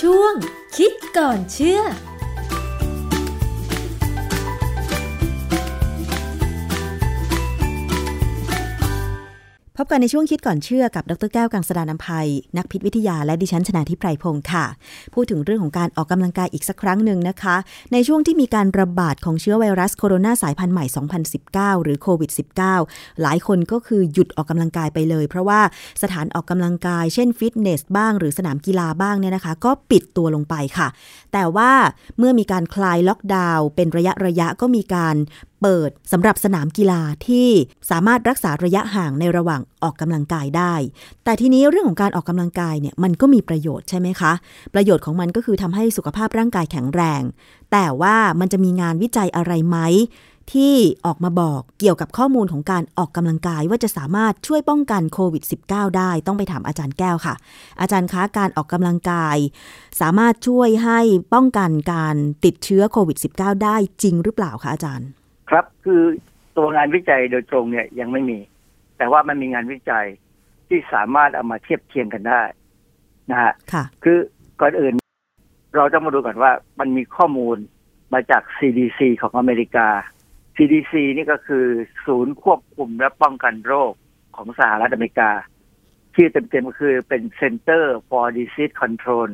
ช่วง คิดก่อนเชื่อ พบกันในช่วงคิดก่อนเชื่อกับดรแก้วกังสดานนภัย นักพิษวิทยาและดิฉันชนาทิพไพรพงศ์ค่ะ พูดถึงเรื่องของการออกกำลังกายอีกสักครั้งหนึ่งนะคะ ในช่วงที่มีการระบาดของเชื้อไวรัสโคโรนาสายพันธุ์ใหม่ 2019 หรือโควิด -19 หลายคนก็คือหยุดออกกำลังกายไปเลย เพราะว่าสถานออกกำลังกายเช่นฟิตเนสบ้างหรือสนามกีฬาบ้างเนี่ยนะคะ ก็ปิดตัวลงไปค่ะ แต่ว่าเมื่อมีการคลายล็อกดาวน์เป็นระยะระยะก็มีการ เปิดสำหรับสนามกีฬาที่สามารถรักษาระยะห่างในระหว่างออกกำลังกายได้ แต่ทีนี้เรื่องของการออกกำลังกายเนี่ยมันก็มีประโยชน์ใช่ไหมคะ ประโยชน์ของมันก็คือทำให้สุขภาพร่างกายแข็งแรง แต่ว่ามันจะมีงานวิจัยอะไรไหม ที่ออกมาบอกเกี่ยวกับข้อมูลของการออกกำลังกายว่าจะสามารถช่วยป้องกันโควิด -19 ได้ต้องไปถามอาจารย์แก้วค่ะ อาจารย์คะการออกกำลังกาย สามารถช่วยให้ป้องกันการติดเชื้อโควิด -19 ได้จริงหรือเปล่าคะอาจารย์ ครับคือตัวงานวิจัยโดยตรงเนี่ยยังไม่มี แต่ว่ามันมีงานวิจัยที่สามารถเอามาเทียบเคียงกันได้นะฮะ ค่ะ คือก่อนอื่น เราต้องมาดูก่อนว่ามันมีข้อมูลมาจาก CDC ของอเมริกา CDC นี่ก็คือศูนย์ควบคุมและป้องกันโรคของสหรัฐอเมริกา ชื่อเต็มๆก็คือเป็น Center for Disease Control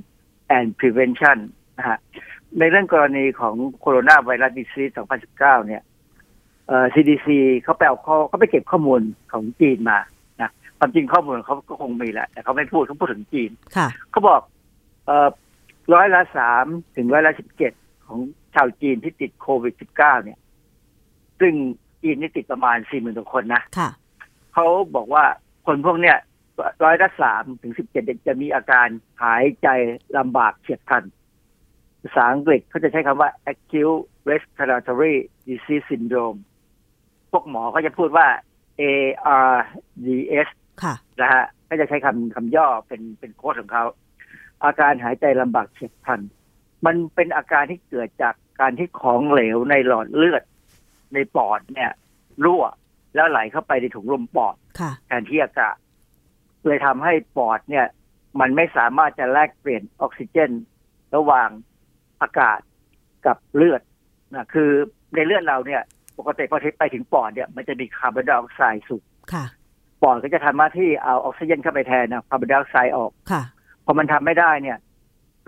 and Prevention นะฮะในเรื่องกรณีของโคโรนาไวรัสดิซี2019 เนี่ย เอ่อ CDC เขาไปเอาข้อเขาไปเก็บข้อมูลของจีนมานะความจริงข้อมูลของเขาก็คงมีแหละ แต่เขาไม่พูดเขาพูดถึงจีน ค่ะ เขาบอก เอ่อร้อยละสามถึงร้อยละสิบเจ็ดของชาวจีนที่ติดโควิดสิบเก้าเนี่ย ซึ่งจีนนี่ติดประมาณสี่หมื่นกว่าคนนะ ค่ะ เขาบอกว่าคนพวกเนี่ยร้อยละสามถึงสิบเจ็ดจะมีอาการหายใจลำบากเฉียบพลัน ภาษาอังกฤษเขาจะใช้คำว่า acute respiratory disease syndrome พวกหมอเขาจะพูดว่า ARDS ค่ะ นะฮะก็จะใช้คำคำย่อเป็นเป็นโค้ดของเขา อาการหายใจลำบากเฉียบพลัน มันเป็นอาการที่เกิดจากการที่ของเหลวในหลอดเลือด ในปอดเนี่ย รั่วแล้วไหลเข้าไปในถุงลมปอด ค่ะ แทนที่อากาศเลยทำให้ปอดเนี่ย มันไม่สามารถจะแลกเปลี่ยนออกซิเจน ระหว่างอากาศกับเลือดนะคือในเลือดเราเนี่ย ปกติพอไปถึงปอดเนี่ย มันจะมีคาร์บอนไดออกไซด์สูง ค่ะ ปอดก็จะทำหน้าที่เอาออกซิเจนเข้าไปแทนนะคาร์บอนไดออกไซด์ออก ค่ะ พอมันทำไม่ได้เนี่ย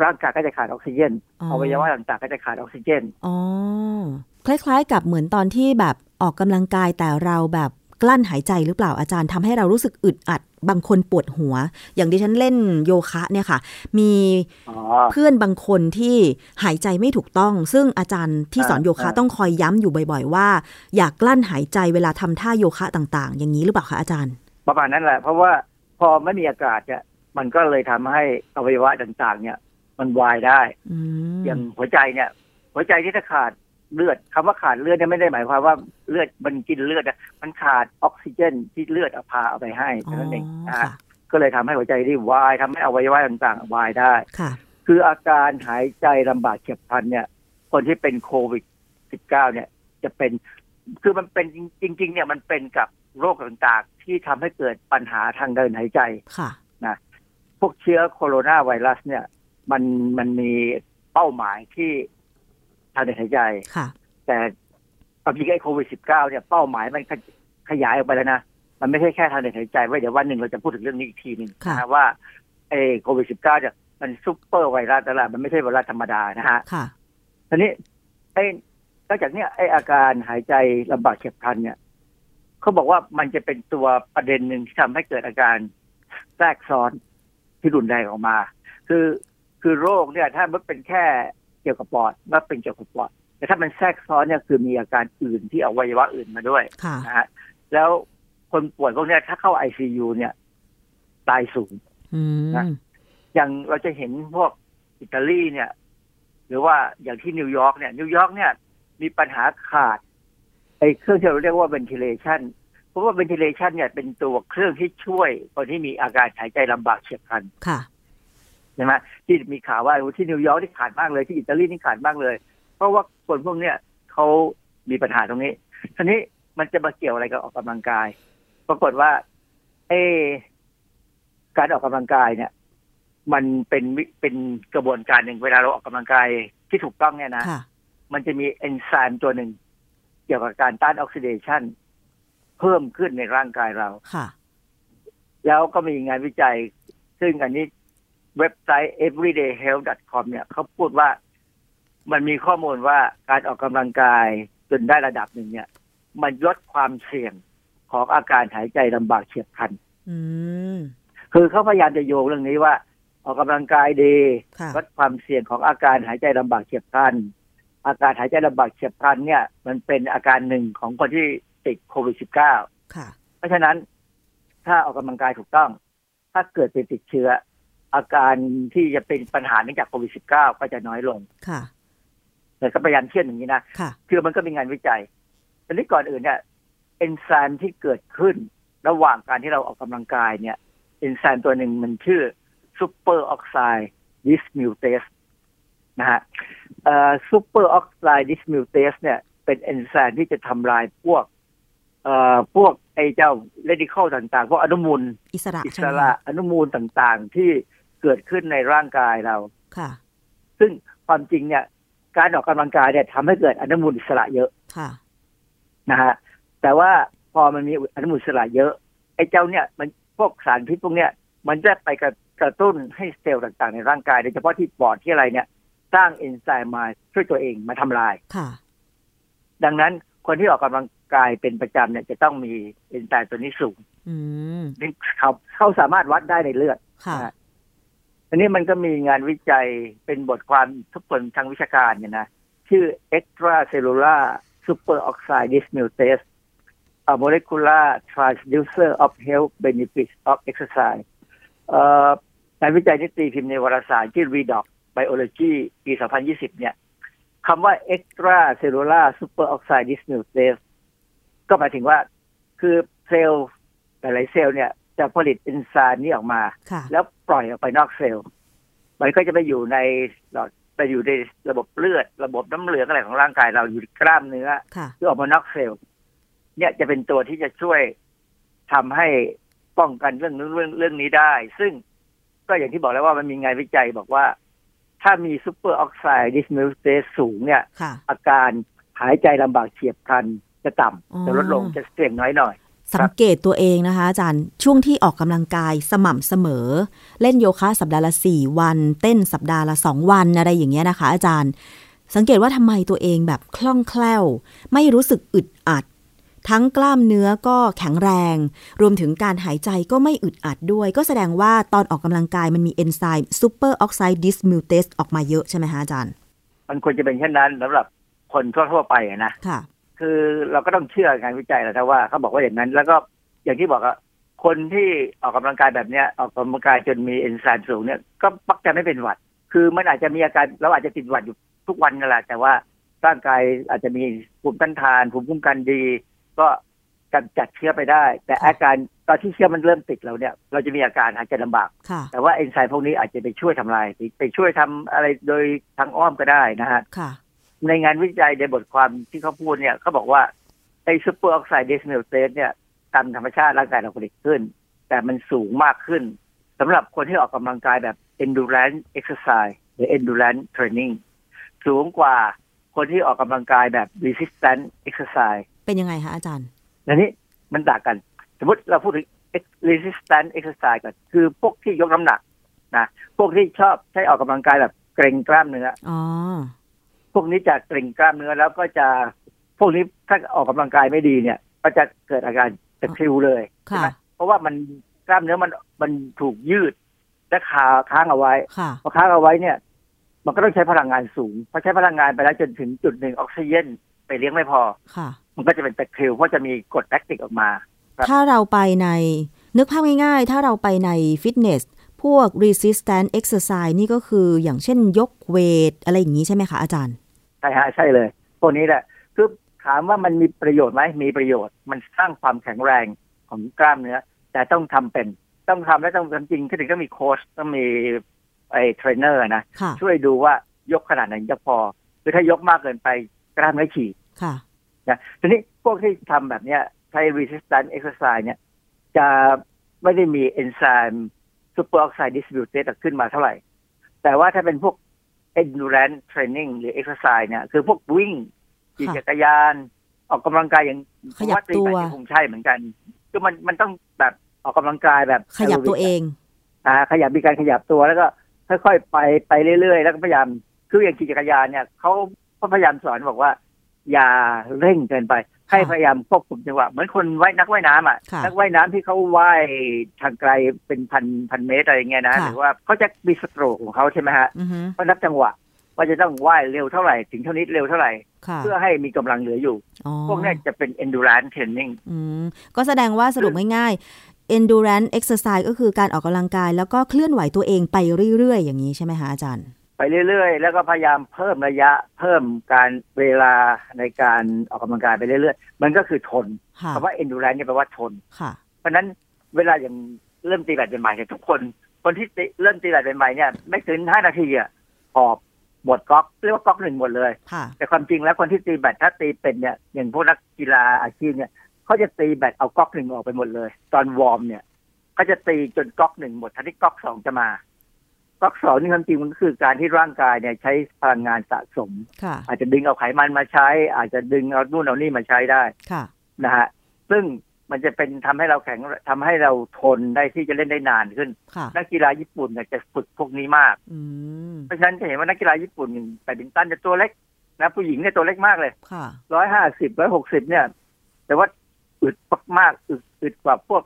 ร่างกายก็จะขาดออกซิเจน อ๋ออ อวัยวะต่างๆก็จะขาดออกซิเจน อ๋อ คล้ายๆกับเหมือนตอนที่แบบออกกำลังกายแต่เราแบบกลั้นหายใจหรือเปล่าอาจารย์ทำให้เรารู้สึกอึดอัด บางคนปวดหัว อย่างดิฉันเล่นโยคะเนี่ยค่ะ มี อ๋อ เพื่อนบางคนที่หายใจไม่ถูกต้อง ซึ่งอาจารย์ที่สอนโยคะ อ่า ต้องคอยย้ำอยู่บ่อย ๆ ว่า อย่ากลั้นหายใจเวลาทำท่าโยคะต่างๆ อย่างนี้หรือเปล่าคะอาจารย์ ประมาณนั้นแหละ เพราะว่าพอไม่มีอากาศเนี่ยมันก็เลยทำให้อวัยวะต่างๆ เนี่ย มันวายได้ อืม อย่างหัวใจเนี่ย หัวใจที่ถ้าขาดเลือดคำว่าขาดเลือดเนี่ยไม่ได้หมายความว่าเลือดมันกินเลือดนะมันขาดออกซิเจนที่เลือดเอาพาเอาไปให้ อ๋อ เท่านั้นเองนะฮะ ค่ะ ก็เลยทำให้หัวใจที่วายทำให้อวัยวะต่างๆวายได้ ค่ะ คืออาการหายใจลำบากเฉียบพลันเนี่ย คนที่เป็นโควิด 19 เนี่ย จะเป็น คือมันเป็นจริง ๆ เนี่ยมันเป็นกับโรคต่างๆ ที่ทำให้เกิดปัญหาทางเดินหายใจ ค่ะ พวกเชื้อโคโรนาไวรัส เนี่ย มันมันมีเป้าหมายที่ทางเดินหายใจ ค่ะ แต่ความจริงไอ้โควิด 19 เนี่ยเป้าหมายมันขยขยายออกไปแล้วนะ มันไม่ใช่แค่ทางเดินหายใจไว้เดี๋ยววันหนึ่งเราจะพูดถึงเรื่องนี้อีกทีหนึ่ง ค่ะ นะว่าไอ้โควิด 19 เนี่ยมันซุปเปอร์ไวรัสแล้วล่ะมันไม่ใช่ไวรัสธรรมดานะฮะ ค่ะ ทีนี้ไอ้นอกจากเนี้ยไอ้อาการหายใจลำบากเฉียบพลันเนี่ยเขาบอกว่ามันจะเป็นตัวประเด็นหนึ่งที่ทำให้เกิดอาการแทรกซ้อนที่รุนแรงออกมา คือคือโรคเนี่ย ถ้ามันเป็นแค่เกี่ยวกับปอดมันเป็นเกี่ยวกับปอด แต่ถ้ามันแทรกซ้อนเนี่ยคือมีอาการอื่นที่อวัยวะอื่นมาด้วย ค่ะ นะฮะแล้วคนป่วยพวกเนี้ยถ้าเข้าไอซียูเนี่ย ตายสูง อืม นะ อย่างเราจะเห็นพวกอิตาลีเนี่ย หรือว่าอย่างที่นิวยอร์กเนี่ย นิวยอร์กเนี่ย มีปัญหาขาดไอ้เครื่องที่เราเรียกว่า ventilation เพราะว่า ventilation เนี่ยเป็นตัวเครื่องที่ช่วยคนที่มีอาการหายใจลำบากเฉียบพลัน ค่ะ ใช่ไหมที่มีข่าวว่าโอ้ที่นิวยอร์กที่ขาดมากเลยที่อิตาลีนี่ขาดมากเลย เพราะว่าคนพวกเนี่ยเขามีปัญหาตรงนี้ทีนี้มันจะมาเกี่ยวอะไรกับออกกำลังกาย ปรากฏว่า เออการออกกำลังกายเนี่ย มันเป็นวิเป็นกระบวนการหนึ่งเวลาเราออกกำลังกายที่ถูกต้องเนี่ยนะ ค่ะ มันจะมีเอนไซม์ตัวหนึ่ง เกี่ยวกับการต้านออกซิเดชันเพิ่มขึ้นในร่างกายเรา ค่ะ แล้วก็มีงานวิจัย ซึ่งอันนี้เว็บไซต์ everydayhealth.com เนี่ยเขาพูดว่ามันมีข้อมูลว่าการออกกำลังกายจนได้ระดับหนึ่งเนี่ย มันลดความเสี่ยงของอาการหายใจลำบากเฉียบพลัน อืม คือเขาพยายามจะโยงเรื่องนี้ว่า ออกกำลังกายดี ค่ะ ลดความเสี่ยงของอาการหายใจลำบากเฉียบพลัน อาการหายใจลำบากเฉียบพลันเนี่ย มันเป็นอาการหนึ่งของคนที่ติดโควิด -19 ค่ะ เพราะฉะนั้นถ้าออกกำลังกายถูกต้อง ถ้าเกิดเป็นติดเชื้อ อาการที่จะเป็นปัญหาเนื่องจากโควิด -19 ก็จะน้อยลง ค่ะ แต่ก็พยายามเชื่ออย่างนี้นะ ค่ะ คือมันก็มีงานวิจัยอันนี้ก่อนอื่นเนี่ยเอนไซม์ที่เกิดขึ้นระหว่างการที่เราออกกำลังกายเนี่ยเอนไซม์ตัวหนึ่งมันชื่อซูเปอร์ออกไซด์ดิสมิวเตสนะฮะซูเปอร์ออกไซด์ดิสมิวเตสเนี่ย เป็นเอนไซม์ที่จะทำลายพวกเอ่อพวกไอ้เจ้าเลดิคอลต่างๆ พวกอนุมูล อิสระ อิ ใช่ไหสม ระอนุมูลต่างๆ ที่เกิดขึ้นในร่างกายเรา ค่ะ ซึ่งความจริงเนี่ย การออกกำลังกายเนี่ยทำให้เกิดอนุมูลอิสระเยอะ ค่ะ นะฮะแต่ว่าพอมันมีอนุมูลอิสระเยอะไอ้เจ้าเนี่ยมันพวกสารพิษพวกเนี้ยมันจะไปกระกระตุ้นให้เซลล์ต่างๆ ในร่างกายโดยเฉพาะที่ปอดที่อะไรเนี่ย สร้างเอนไซม์มาช่วยตัวเองมาทำลาย ค่ะ ดังนั้นคนที่ออกกำลังกายเป็นประจำเนี่ยจะต้องมีเอนไซม์ตัวนี้สูง อืม ซึ่งเขาเขาสามารถวัดได้ในเลือด ค่ะ อ่า อันนี้มันก็มีงานวิจัยเป็นบทความทุกคนทางวิชาการเนี่ยนะ ชื่อ extracellular superoxide dismutase a molecular transducer of health benefits of exercise เอ่องานวิจัยที่ตีพิมพ์ในวารสารชื่อ redox biology ปี 2020 เนี่ยคำว่า extracellular superoxide dismutase ก็หมายถึงว่าคือเซลล์หลายๆเซลล์เนี่ยจะผลิตเอนไซม์นี้ออกมา ค่ะ แล้วปล่อยออกไปนอกเซลล์ มันก็จะไปอยู่ในหลอดไปอยู่ในระบบเลือด ระบบน้ำเหลืองอะไรของร่างกายเราอยู่ในกล้ามเนื้อ ค่ะ ที่ออกมานอกเซลล์ เนี่ยจะเป็นตัวที่จะช่วยทำให้ป้องกันเรื่องนู้นเรื่องเรื่องนี้ได้ ซึ่งก็อย่างที่บอกแล้วว่ามันมีงานวิจัยบอกว่า ถ้ามีซูเปอร์ออกไซด์ดิสมิลเตสสูงเนี่ย ค่ะ อาการหายใจลำบากเฉียบพลันจะต่ำจะลดลง อ๋อ จะเสี่ยงน้อยหน่อย สังเกตตัวเองนะคะอาจารย์ ช่วงที่ออกกำลังกายสม่ำเสมอ เล่นโยคะสัปดาห์ละ 4 วัน เต้นสัปดาห์ละ 2 วันอะไรอย่างเงี้ยนะคะ อาจารย์ สังเกตว่าทำไมตัวเองแบบคล่องแคล่ว ไม่รู้สึกอึดอัด ทั้งกล้ามเนื้อก็แข็งแรง รวมถึงการหายใจก็ไม่อึดอัดด้วย ก็แสดงว่าตอนออกกำลังกายมันมีเอนไซม์ซูเปอร์ออกไซด์ดิสมิวเตสออกมาเยอะใช่ไหมคะอาจารย์ มันควรจะเป็นเช่นนั้นสำหรับคนทั่วๆไปอะนะ ค่ะ คือเราก็ต้องเชื่องานวิจัยแหละครับว่าเขาบอกว่าอย่างนั้น แล้วก็อย่างที่บอกอะคนที่ออกกำลังกายแบบเนี้ยออกกำลังกายจนมีเอนไซม์สูงเนี่ยก็ปักจะไม่เป็นหวัด คือมันอาจจะมีอาการเราอาจจะติดหวัดอยู่ทุกวันนั่นแหละแต่ว่าร่างกายอาจจะมีภูมิต้านทานภูมิคุ้มกันดี ก็กำจัดเชื้อไปได้ แต่อาการตอนที่เชื้อมันเริ่มติดเราเนี่ย เราจะมีอาการหายใจลำบาก ค่ะ แต่ว่าเอนไซม์พวกนี้อาจจะไปช่วยทำลายไปช่วยทำอะไรโดยทางอ้อมก็ได้นะฮะ ค่ะ ในงานวิจัยในบทความที่เขาพูดเนี่ยเขาบอกว่าไอ้ซูเปอร์ออกไซด์เดสเนลเตสเนี่ยตามธรรมชาติร่างกายเราผลิตขึ้น แต่มันสูงมากขึ้นสำหรับคนที่ออกกำลังกายแบบ endurance exercise หรือ endurance training สูงกว่าคนที่ออกกำลังกายแบบ resistance exercise เป็นยังไงคะอาจารย์ อันนี้มันต่างกัน สมมติเราพูดถึง resistance exercise ก่อนคือพวกที่ยกน้ำหนักนะพวกที่ชอบใช้ออกกำลังกายแบบเกรงกล้ามเนื้อ อ๋อ พวกนี้จะเกร็งกล้ามเนื้อแล้วก็จะพวกนี้ถ้าออกกำลังกายไม่ดีเนี่ย ก็จะเกิดอาการตะคริวเลยใช่ ค่ะ ไหมเพราะว่ามันกล้ามเนื้อมันมันถูกยืดและคาค้างเอาไว้ ค่ะ พอค้างเอาไว้เนี่ย มันก็ต้องใช้พลังงานสูงพอใช้พลังงานไปแล้วจนถึงจุดหนึ่งออกซิเจนไปเลี้ยงไม่พอ ค่ะ มันก็จะเป็นตะคริวเพราะจะมีกรดแลคติกออกมา ครับ ถ้าเราไปใน นึกภาพง่ายๆ ถ้าเราไปในฟิตเนส พวก resistance exercise นี่ก็คืออย่างเช่นยกเวท อะไรอย่างนี้ใช่ไหมคะอาจารย์ ใช่ฮะใช่เลย พวกนี้แหละคือถามว่ามันมีประโยชน์ไหมมีประโยชน์ มันสร้างความแข็งแรงของกล้ามเนื้อ แต่ต้องทำเป็นต้องทำและต้องทำจริงก็ถึงต้องมีโค้ชต้องมีไอ้เทรนเนอร์นะ ค่ะ ช่วยดูว่ายกขนาดไหนจะพอคือถ้ายกมากเกินไปกล้ามเนื้อฉีก ค่ะ นะทีนี้พวกที่ทำแบบเนี้ยใช้ resistance exercise เนี่ย จะไม่ได้มีเอนไซม์ ซูเปอร์ออกไซด์ดิสบิวเตะขึ้นมาเท่าไหร่ แต่ว่าถ้าเป็นพวก endurance training หรือ exercise เนี่ย คือพวกวิ่งขี่ ค่ะ จักรยาน ออกกำลังกายอย่าง ขยับตัว ผมาตีแบดนี่คงใช่เหมือนกัน คือมันมันต้องแบบออกกำลังกายแบบ ขยับตัวเอง อ่าขยับมีการขยับตัวแล้วก็ค่อยๆไปไปเรื่อยๆ แล้วก็พยายามคืออย่างขี่จักรยานเนี่ยเขาเขาพยายามสอนบอกว่า อย่าเร่งเกินไป ให้พยายามควบคุมจังหวะเหมือนคนว่ายนักว่ายน้ำอ่ะ ค่ะ นักว่ายน้ำที่เขาว่ายทางไกลเป็นพันพันเมตรอะไรอย่างเงี้ยนะ ค่ะ หรือว่าเขาจะมีสโตรกของเขาใช่ไหมฮะ อือฮึ เขานับจังหวะ ว่าจะต้องว่ายเร็วเท่าไหร่ ถึงเท่านี้เร็วเท่าไหร่ ค่ะ เพื่อให้มีกำลังเหลืออยู่ อ๋อ พวกเนี้จะเป็น endurance training อืมก็แสดงว่าสรุปง่ายๆ endurance exercise ก็คือการออกกำลังกาย แล้วก็เคลื่อนไหวตัวเองไปเรื่อยๆ อย่างนี้ใช่ไหมคะอาจารย์ ไปเรื่อยๆ แล้วก็พยายามเพิ่มระยะ เพิ่มการเวลาในการออกกำลังกายไปเรื่อยๆ มันก็คือทน ค่ะ คำว่า endurance เนี่ยแปลว่าทน ค่ะ เพราะฉะนั้นเวลาอย่างเริ่มตีแบดใหม่ๆเนี่ยทุกคน คนที่ติเริ่มตีแบดใหม่ๆเนี่ยไม่ถึงห้านาทีอะหอบหมดก๊อกเรียกว่าก๊อกหนึ่งหมดเลย ค่ะ แต่ความจริงแล้วคนที่ตีแบดถ้าตีเป็นเนี่ยอย่างพวกนักกีฬาอาชีพเนี่ยเขาจะตีแบดเอาก๊อกหนึ่งออกไปหมดเลย ตอนวอร์มเนี่ยเขาจะตีจนก๊อกหนึ่งหมดทันที่ก๊อกสองจะมาก๊อกสองนี่ความจริงมันก็คือการที่ร่างกายเนี่ยใช้พลังงานสะสม ค่ะ อาจจะดึงเอาไขมันมาใช้ อาจจะดึงเอานู่นเอานี่มาใช้ได้ ค่ะ นะฮะซึ่งมันจะเป็นทำให้เราแข็งทำให้เราทนได้ที่จะเล่นได้นานขึ้น ค่ะ นักกีฬาญี่ปุ่นเนี่ยจะฝึกพวกนี้มาก อืม เพราะฉะนั้นจะเห็นว่านักกีฬาญี่ปุ่นอย่างแบดมินตันจะตัวเล็กนะผู้หญิงเนี่ยตัวเล็กมากเลย ค่ะ ร้อยห้าสิบร้อยหกสิบเนี่ย แต่ว่าอึดมากๆอึดอึดกว่าพวก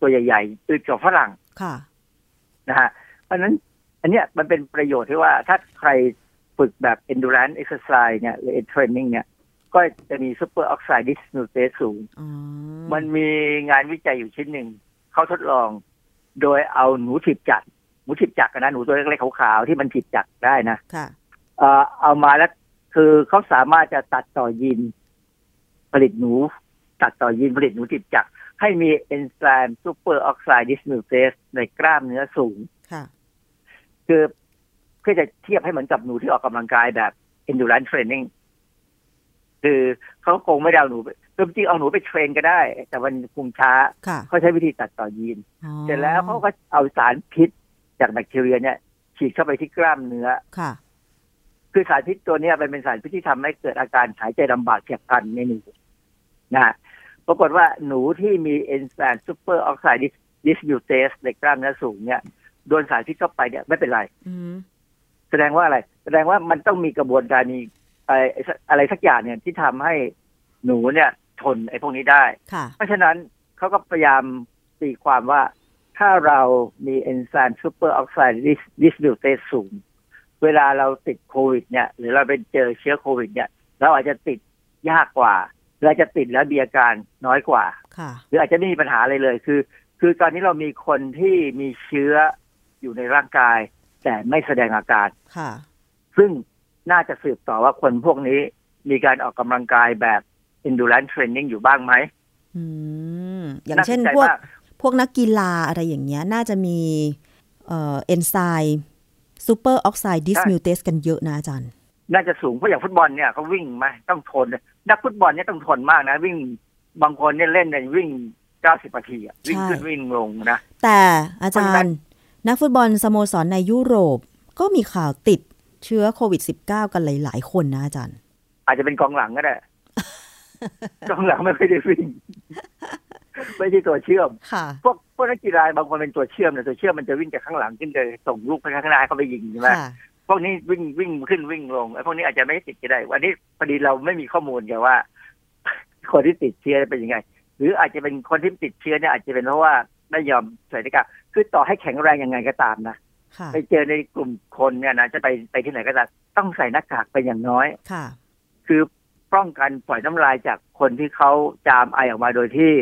ตัวใหญ่ๆอึดกว่าฝรั่ง ค่ะ นะฮะเพราะฉะนั้น อันเนี้ยมันเป็นประโยชน์ที่ว่าถ้าใครฝึกแบบ endurance exercise เนี่ยหรือ training เนี่ย ก็จะมี super oxide dismutase สูง อ๋อ มันมีงานวิจัยอยู่ชิ้นหนึ่ง เขาทดลองโดยเอาหนูถีบจักรหนูถีบจักรนะ หนูตัวเล็กๆขาวๆที่มันถีบจักรได้นะ ค่ะ เอ่อเอามาแล้วคือเขาสามารถจะตัดต่อยีนผลิตหนู ตัดต่อยีนผลิตหนูติดจักรให้มีเอนไซม์ซูเปอร์ออกไซด์ดิสมิวเทสในกล้ามเนื้อสูง ค่ะ คือเพื่อจะเทียบให้เหมือนกับหนูที่ออกกำลังกายแบบ endurance training คือเขาคงไม่ได้เอาหนูไปคือจริงๆเอาหนูไปเทรนก็ได้ แต่มันคงช้า ค่ะ เขาใช้วิธีตัดต่อยีน อ๋อ เสร็จแล้วเขาก็เอาสารพิษจากแบคทีเรียเนี่ย ฉีดเข้าไปที่กล้ามเนื้อ ค่ะ คือสารพิษตัวเนี้ยมันเป็นสารพิษที่ทำให้เกิดอาการหายใจลำบากเฉียบพลันในหนูนะฮะปรากฏว่าหนูที่มีเอนไซม์ซูเปอร์ออกไซด์ดิสบิวเตสในกล้ามเนื้อสูงเนี่ยโดนสารพิษเข้าไปเนี่ยไม่เป็นไร อืม แสดงว่าอะไร แสดงว่ามันต้องมีกระบวนการมีอะไรอะไรสักอย่างเนี่ยที่ทำให้หนูเนี่ยทนไอ้พวกนี้ได้ ค่ะ เพราะฉะนั้นเขาก็พยายามตีความว่าถ้าเรามีเอนไซม์ซูเปอร์ออกไซด์ดิสบิวเตสสูง เวลาเราติดโควิดเนี่ย หรือเราไปเจอเชื้อโควิดเนี่ย เราอาจจะติดยากกว่าเราจะติดแล้วมีอาการน้อยกว่า ค่ะ หรืออาจจะไม่มีปัญหาอะไรเลยคือ คือตอนนี้เรามีคนที่มีเชื้ออยู่ในร่างกาย แต่ไม่แสดงอาการ ค่ะ ซึ่งน่าจะสืบต่อว่าคนพวกนี้มีการออกกำลังกายแบบ endurance training อยู่บ้างไหม อืม อย่างเช่น สใจ พวก มา พวกนักกีฬาอะไรอย่างเงี้ย น่าจะมีเอ่อเอนไซม์ซูเปอร์ออกไซด์ดิสมิวเตสกันเยอะนะอาจารย์ น่าจะสูงเพราะอย่างฟุตบอลเนี่ยเขาวิ่งมาต้องทนนักฟุตบอลเนี่ยต้องทนมากนะ วิ่งบางคนเนี่ยเล่นเนี่ยวิ่งเก้าสิบนาทีอะวิ่งขึ้น ใช่ วิ่งลงนะ แต่อาจา คนนั้ ร น ย์ นักฟุตบอลสโมสรในยุโรป ก็มีข่าวติดเชื้อโควิด -19 กันหลาย ๆ คนนะอาจารย์ อาจจะเป็นกองหลัง ก็ได้ กองหลังไม่ค่อยได้วิ่ง ไม่ใช่ตัวเชื่อม ค่ะ พวกพวกนักกีฬาบางคนเป็นตัวเชื่อมเนี่ยตัวเชื่อมมันจะวิ่งจากข้างหลังขึ้นไปส่งลูกไปข้างหน้าเข้าไปยิงใช่ไหม ค่ะ พวกนี้วิ่งวิ่งขึ้นวิ่งลงไอ้พวกนี้อาจจะไม่ได้ติดก็ได้ วันนี้พอดีเราไม่มีข้อมูลไงว่า คนที่ติดเชื้อเป็นยังไง หรืออาจจะเป็นคนที่ติดเชื้อเนี่ยอาจจะเป็นเพราะว่าไม่ยอมใส่หน้ากากคือต่อให้แข็งแรงยังไงก็ตามนะ ค่ะ ไปเจอในกลุ่มคนเนี่ยนะจะไปไปที่ไหนก็ตามต้องใส่หน้ากากไปอย่างน้อย ค่ะ คือป้องกันปล่อยน้ำลายจากคนที่เขาจามไอออกมาโดยที่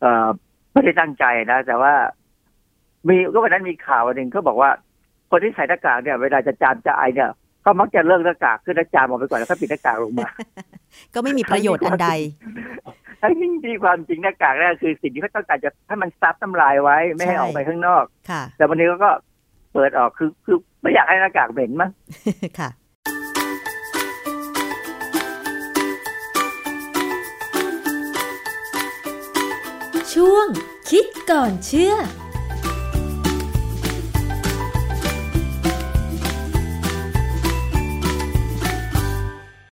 เอ่อไม่ได้ตั้งใจนะ แต่ว่า มีก็วันนั้นมีข่าวอันหนึ่งเขาบอกว่า คนที่ใส่หน้ากากเนี่ย เวลาจะจามจะไอเนี่ยก็มักจะเลิกหน้ากากขึ้นแล้วจามออกไปก่อนแล้วก็ปิดหน้ากากลงมา ก็ไม่มีประโยชน์อันใด ทั้งที่มีความจริงหน้ากากเนี่ยคือสิ่งที่เขาต้องการจะให้มันซับน้ำลายไว้ ไม่ให้ ใช่ ออกไปข้างนอก ค่ะ แต่วันนี้เขาก็เปิดออกคือคือไม่อยากให้หน้ากากเหม็นมั้ง ค่ะ ช่วงคิดก่อนเชื่อ